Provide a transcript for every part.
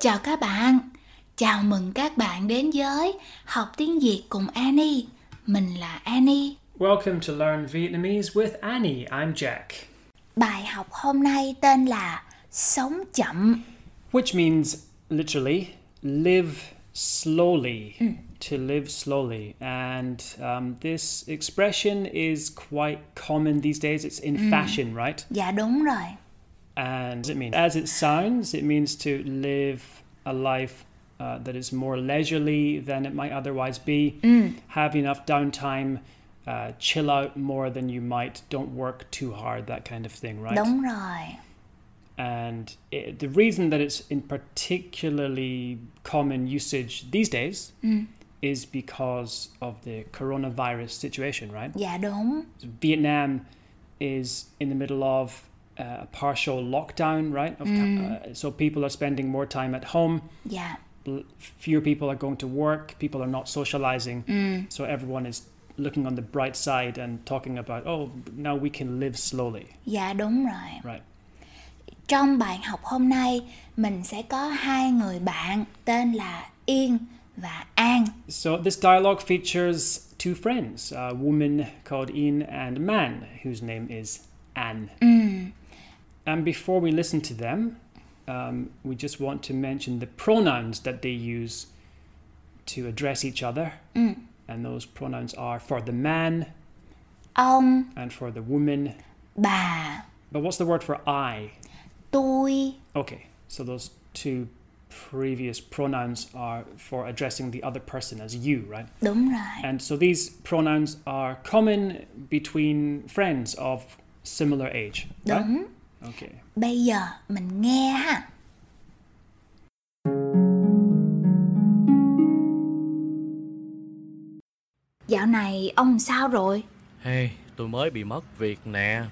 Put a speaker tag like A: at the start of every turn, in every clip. A: Chào các bạn, chào mừng các bạn đến với học tiếng Việt cùng Annie. Mình là Annie.
B: Welcome to Learn Vietnamese with Annie. I'm Jack,
A: Bài học hôm nay tên là Sống chậm.
B: which means literally live slowly. To live slowly. And um, this expression is quite common these days. It's in fashion, right?
A: Dạ đúng rồi.
B: And what does it mean? As it sounds, it means to live a life uh, that is more leisurely than it might otherwise be. Have enough downtime, uh, chill out more than you might, don't work too hard, that kind of thing, right?
A: Đúng rồi.
B: And it, the reason that it's in particularly common usage these days is because of the coronavirus situation, right?
A: Dạ đúng.
B: Vietnam is in the middle of uh, a partial lockdown, right? Of, uh, so people are spending more time at home.
A: Dạ.
B: l- Fewer people are going to work. People are not socializing. So everyone is looking on the bright side and talking about, oh, now we can live slowly,
A: Dạ đúng rồi.
B: right?
A: Trong bài học hôm nay, mình sẽ có hai người bạn tên là Yên và An.
B: So this dialogue features two friends, a woman called In and a man whose name is An. And before we listen to them, um, we just want to mention the pronouns that they use to address each other. And those pronouns are for the man
A: Ông,
B: and for the woman.
A: bà,
B: But what's the word for I?
A: tôi,
B: Okay, so those two previous pronouns are for addressing the other person as you, right?
A: đúng rồi.
B: And so these pronouns are common between friends of similar age. right?
A: Đúng.
B: Okay.
A: Bây giờ mình nghe ha. Dạo này ông sao rồi?
C: Hey, tôi mới bị mất việc nè.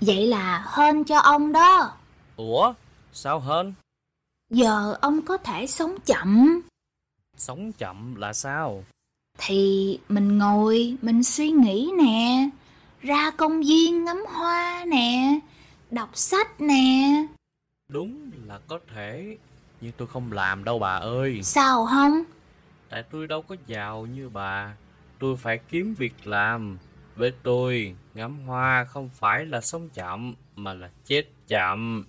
A: Vậy là hên cho ông đó.
C: Ủa, sao hên?
A: Giờ ông có thể sống chậm
C: Sống chậm là sao?
A: thì mình ngồi mình suy nghĩ nè, ra công viên ngắm hoa nè, đọc sách nè.
C: Đúng là có thể, nhưng tôi không làm đâu bà ơi.
A: Sao không?
C: Tại tôi đâu có giàu như bà. Tôi phải kiếm việc làm. Với tôi, ngắm hoa không phải là sống chậm mà là chết chậm.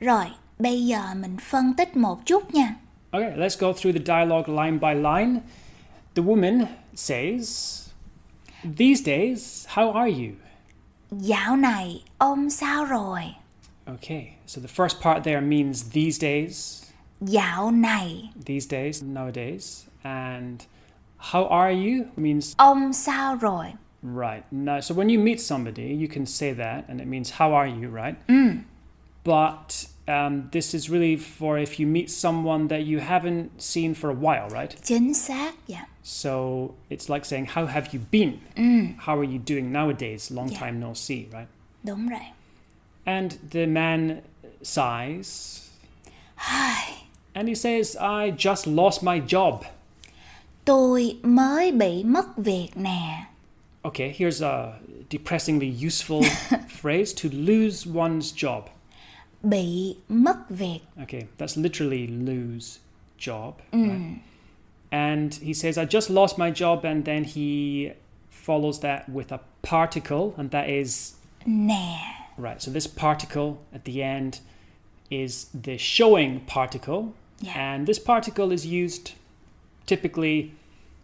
A: Rồi, bây giờ mình phân tích một chút nha.
B: Okay, let's go through the dialogue line by line. The woman says, These days, how are you?
A: Dạo này ông sao rồi?
B: Okay, so the first part there means these days,
A: Dạo này
B: these days, nowadays. And how are you means
A: ông sao rồi?
B: Right. Now, so when you meet somebody, you can say that, and it means "How are you?" Right. But um, this is really for if you meet someone that you haven't seen for a while, right?
A: Chính xác dạ.
B: So it's like saying, "How have you been? How are you doing nowadays? Long time no see, right?"
A: Đúng rồi.
B: And the man sighs, and he says, "I just lost my job."
A: Tôi mới bị mất việc nè.
B: Okay, here's a depressingly useful phrase: to lose one's job.
A: Bị mất việc.
B: Okay, that's literally lose job. Right? And he says, I just lost my job. And then he follows that with a particle, and that is
A: Nè.
B: right. So this particle at the end is the showing particle.
A: Yeah.
B: And this particle is used typically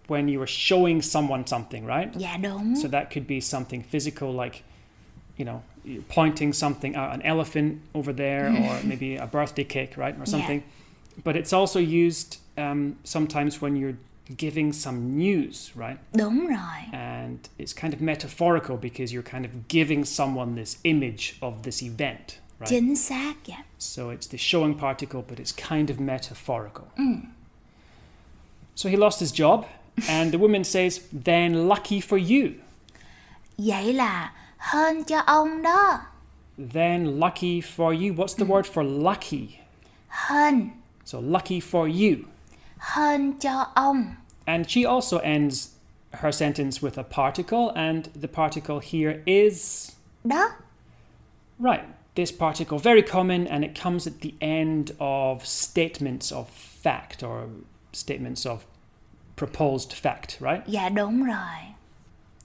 B: when you are showing someone something, right?
A: Dạ đúng.
B: So that could be something physical, like, you know, you're pointing something out, an elephant over there, or maybe a birthday cake, right? Or something. But it's also used um, sometimes when you're giving some news, right?
A: Đúng rồi.
B: And it's kind of metaphorical because you're kind of giving someone this image of this event, right?
A: Chính xác dạ.
B: So it's the showing particle, but it's kind of metaphorical. So he lost his job, and the woman says, then lucky for you.
A: Vậy là hên cho ông đó.
B: Then lucky for you. What's the word for lucky?
A: Hên.
B: So lucky for you.
A: Hên cho ông.
B: And she also ends her sentence with a particle, and the particle here is
A: Đó.
B: right. this particle very common and it comes at the end of statements of fact or statements of proposed fact, right?
A: Dạ đúng rồi.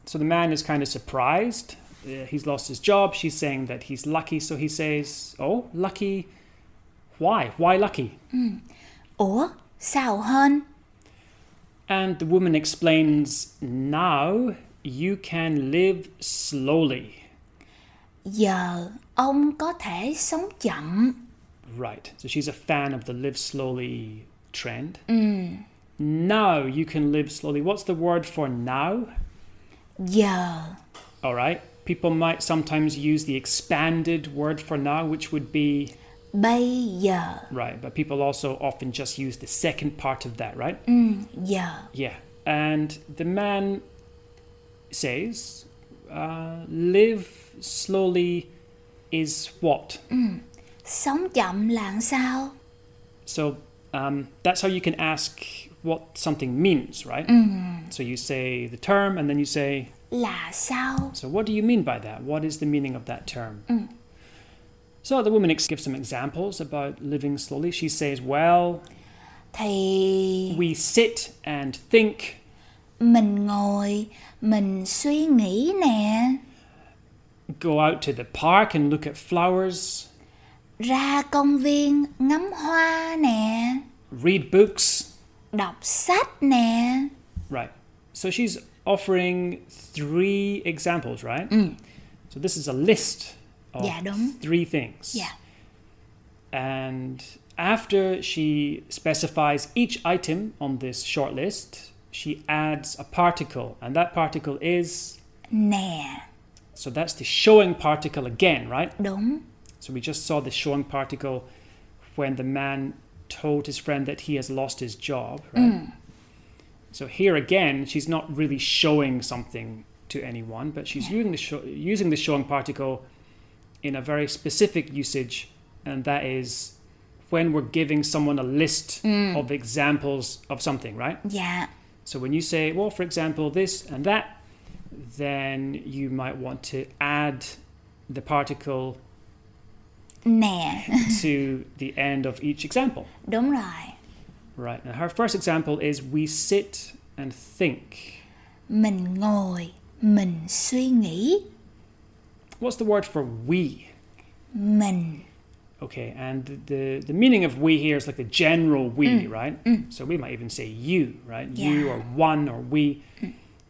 B: So the man is kind of surprised. Uh, He's lost his job. She's saying that he's lucky, so he says, "Oh, lucky. Why? Why lucky?"
A: Ủa, sao hên?
B: And the woman explains, "Now you can live slowly."
A: Giờ ông có thể sống chậm.
B: Right. So she's a fan of the live slowly trend. Now you can live slowly. What's the word for now?
A: Giờ
B: All right. People might sometimes use the expanded word for now, which would be
A: bây giờ
B: right, but people also often just use the second part of that, right?
A: giờ
B: Yeah. And the man says, uh, live slowly is what?
A: sống chậm là làm sao?
B: So um, that's how you can ask what something means, right? So you say the term and then you say,
A: Là sao?
B: so what do you mean by that? What is the meaning of that term? So the woman ex- gives some examples about living slowly. She says, well,
A: Thì
B: we sit and think
A: mình ngồi mình suy nghĩ nè,
B: go out to the park and look at flowers,
A: ra công viên ngắm hoa nè,
B: read books.
A: đọc sách nè.
B: Right. So she's offering three examples, right? So this is a list of
A: Mm. Yeah, đúng.
B: three things.
A: Yeah.
B: And after she specifies each item on this short list, she adds a particle, and that particle is
A: Nè,
B: so that's the showing particle again, right?
A: đúng.
B: So we just saw the showing particle when the man told his friend that he has lost his job, right? So here again, she's not really showing something to anyone, but she's using the show, using the showing particle in a very specific usage, and that is when we're giving someone a list of examples of something, right?
A: Dạ,
B: So when you say, well, for example, this and that, then you might want to add the particle
A: nè,
B: to the end of each example.
A: đúng rồi.
B: Right. Now, her first example is we sit and think.
A: Mình ngồi mình suy nghĩ,
B: What's the word for we?
A: mình
B: Okay, and the the meaning of we here is like the general we, right? So we might even say you, right? You
A: Yeah.
B: or one or we.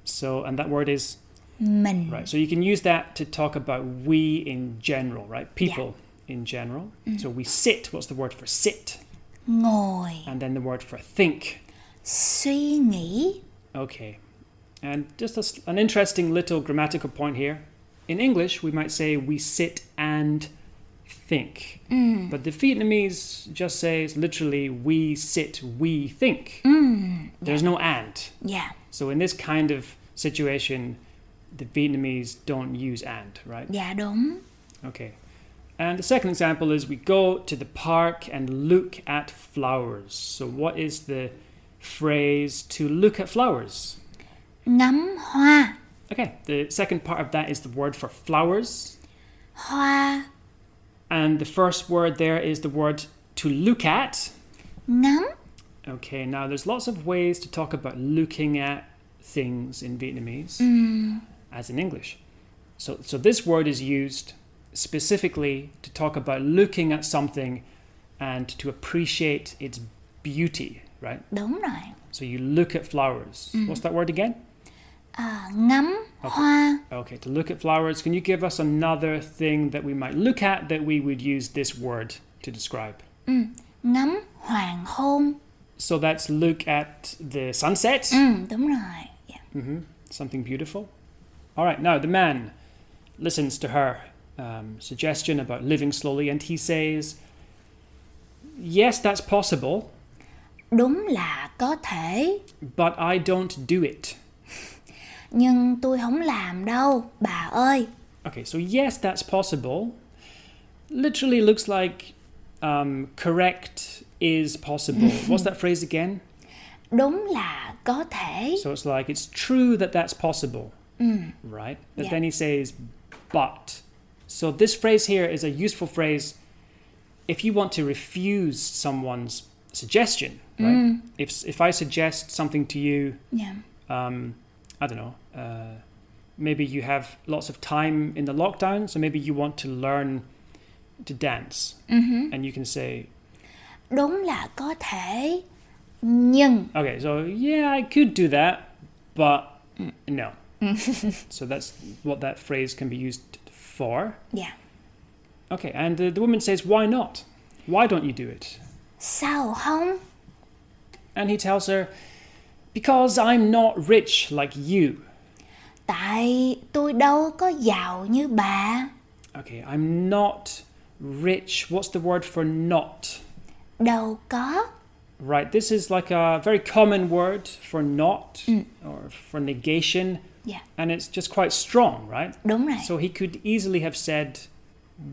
B: So and that word is
A: mình
B: right. So you can use that to talk about we in general, right? People in general. So we sit. What's the word for sit?
A: ngồi
B: And then the word for think.
A: suy nghĩ.
B: Okay. And just a s an interesting little grammatical point here. In English, we might say we sit and think. But the Vietnamese just says literally we sit, we think. There's no and.
A: Dạ,
B: So in this kind of situation, the Vietnamese don't use and, right?
A: dạ đúng.
B: Okay. And the second example is we go to the park and look at flowers. So what is the phrase to look at flowers?
A: Ngắm hoa,
B: Okay, the second part of that is the word for flowers.
A: hoa
B: And the first word there is the word to look at.
A: ngắm
B: Okay, now there's lots of ways to talk about looking at things in Vietnamese as in English. So, so this word is used specifically to talk about looking at something and to appreciate its beauty, right?
A: đúng rồi
B: So you look at flowers. What's that word again?
A: à, ngắm hoa
B: Okay, to look at flowers, can you give us another thing that we might look at that we would use this word to describe?
A: ngắm hoàng hôn
B: So that's look at the sunset,
A: ừ, đúng rồi dạ.
B: something beautiful. All right, now the man listens to her um, suggestion about living slowly and he says, Yes, that's possible,
A: đúng là có thể
B: but I don't do it.
A: nhưng tôi không làm đâu bà ơi
B: Okay, so yes, that's possible. Literally looks like um, correct is possible. What's that phrase again?
A: đúng là có thể
B: So it's like it's true that that's possible, right? But
A: Yeah.
B: then he says, but So this phrase here is a useful phrase if you want to refuse someone's suggestion, right? If if I suggest something to you,
A: Yeah.
B: um, I don't know, uh, maybe you have lots of time in the lockdown, so maybe you want to learn to dance, mm-hmm. and you can say,
A: Đúng là có thể nhưng
B: okay, so yeah, I could do that, but no. so that's what that phrase can be used for.
A: yeah.
B: Okay, and uh, the woman says, Why not? Why don't you do it?
A: Sao không?
B: And he tells her, Because I'm not rich like you.
A: Tại tôi đâu có giàu như bà.
B: Okay, I'm not rich. What's the word for not?
A: Đâu có.
B: Right, this is like a very common word for not or for negation,
A: Yeah,
B: and it's just quite strong, right?
A: Dạ, đúng rồi.
B: So he could easily have said,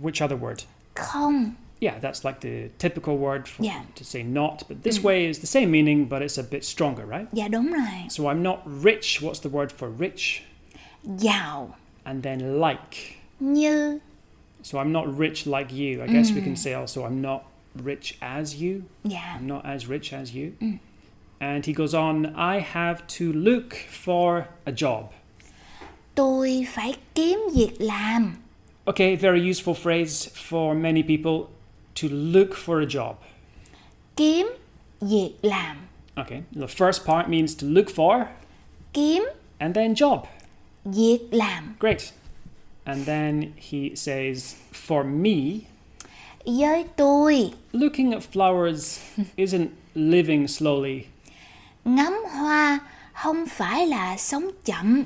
B: Which other word?
A: Không.
B: Yeah, that's like the typical word for,
A: Yeah.
B: to say not, but this way is the same meaning, but it's a bit stronger, right?
A: Dạ đúng rồi.
B: So I'm not rich. What's the word for rich?
A: Giàu
B: And then like.
A: như
B: So I'm not rich like you. I guess we can say also I'm not rich as you.
A: dạ
B: I'm not as rich as you. And he goes on, I have to look for a job.
A: tôi phải kiếm việc làm.
B: Okay, very useful phrase for many people to look for a job.
A: Kiếm việc làm.
B: Okay, the first part means to look for
A: Kiếm
B: and then job.
A: việc làm
B: Great. And then he says, For me,
A: với tôi
B: looking at flowers isn't living slowly,
A: ngắm hoa không phải là sống chậm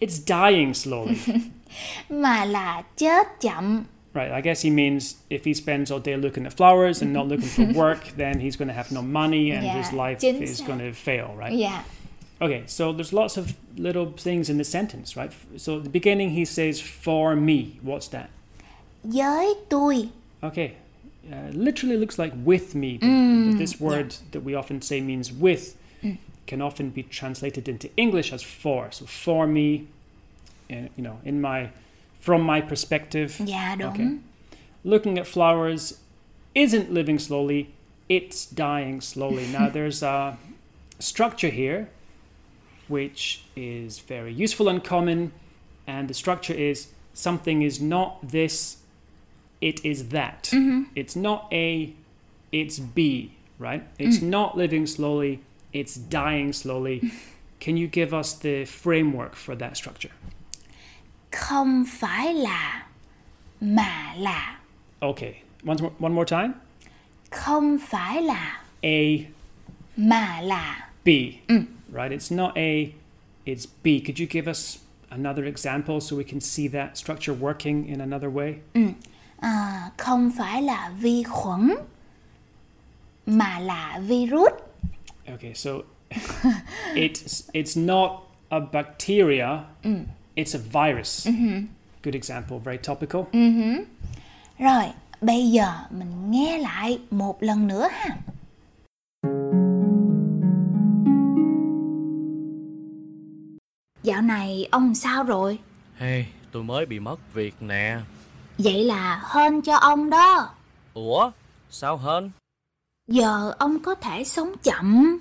B: it's dying slowly.
A: mà là chết chậm
B: Right, I guess he means if he spends all day looking at flowers and not looking for work, then he's going to have no money and his
A: Yeah,
B: life
A: chính
B: is
A: xác.
B: going to fail, right?
A: dạ
B: Okay, so there's lots of little things in the sentence, right? So at the beginning he says, for me. What's that?
A: với tôi
B: Okay, uh, literally looks like with me. But this word that we often say means with can often be translated into English as for. So for me, uh, you know, in my, from my perspective,
A: dạ đúng
B: Okay. looking at flowers isn't living slowly, it's dying slowly. Now, there's a structure here which is very useful and common, and the structure is something is not this, it is that. It's not A, it's B, right? It's not living slowly, it's dying slowly. Can you give us the framework for that structure?
A: không phải là mà là
B: Okay, one more, one more time.
A: không phải là
B: A,
A: mà là
B: B, right? It's not A, it's B. Could you give us another example so we can see that structure working in another way?
A: à, không phải là vi khuẩn mà là virus
B: Okay, so it's it's not a bacteria, it's a virus. Good example, very topical.
A: rồi bây giờ mình nghe lại một lần nữa ha dạo này ông sao rồi
C: Hey, tôi mới bị mất việc nè.
A: vậy là hên cho ông đó
C: Ủa, sao hên?
A: giờ ông có thể sống chậm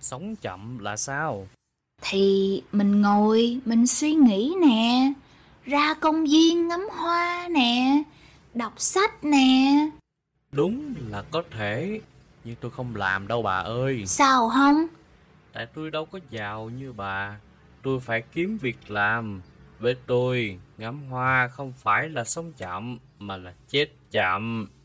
C: Sống chậm là sao?
A: thì mình ngồi mình suy nghĩ nè ra công viên ngắm hoa nè đọc sách nè
C: Đúng là có thể, nhưng tôi không làm đâu bà ơi.
A: sao không
C: Tại tôi đâu có giàu như bà. Tôi phải kiếm việc làm. Với tôi, ngắm hoa không phải là sống chậm mà là chết chậm.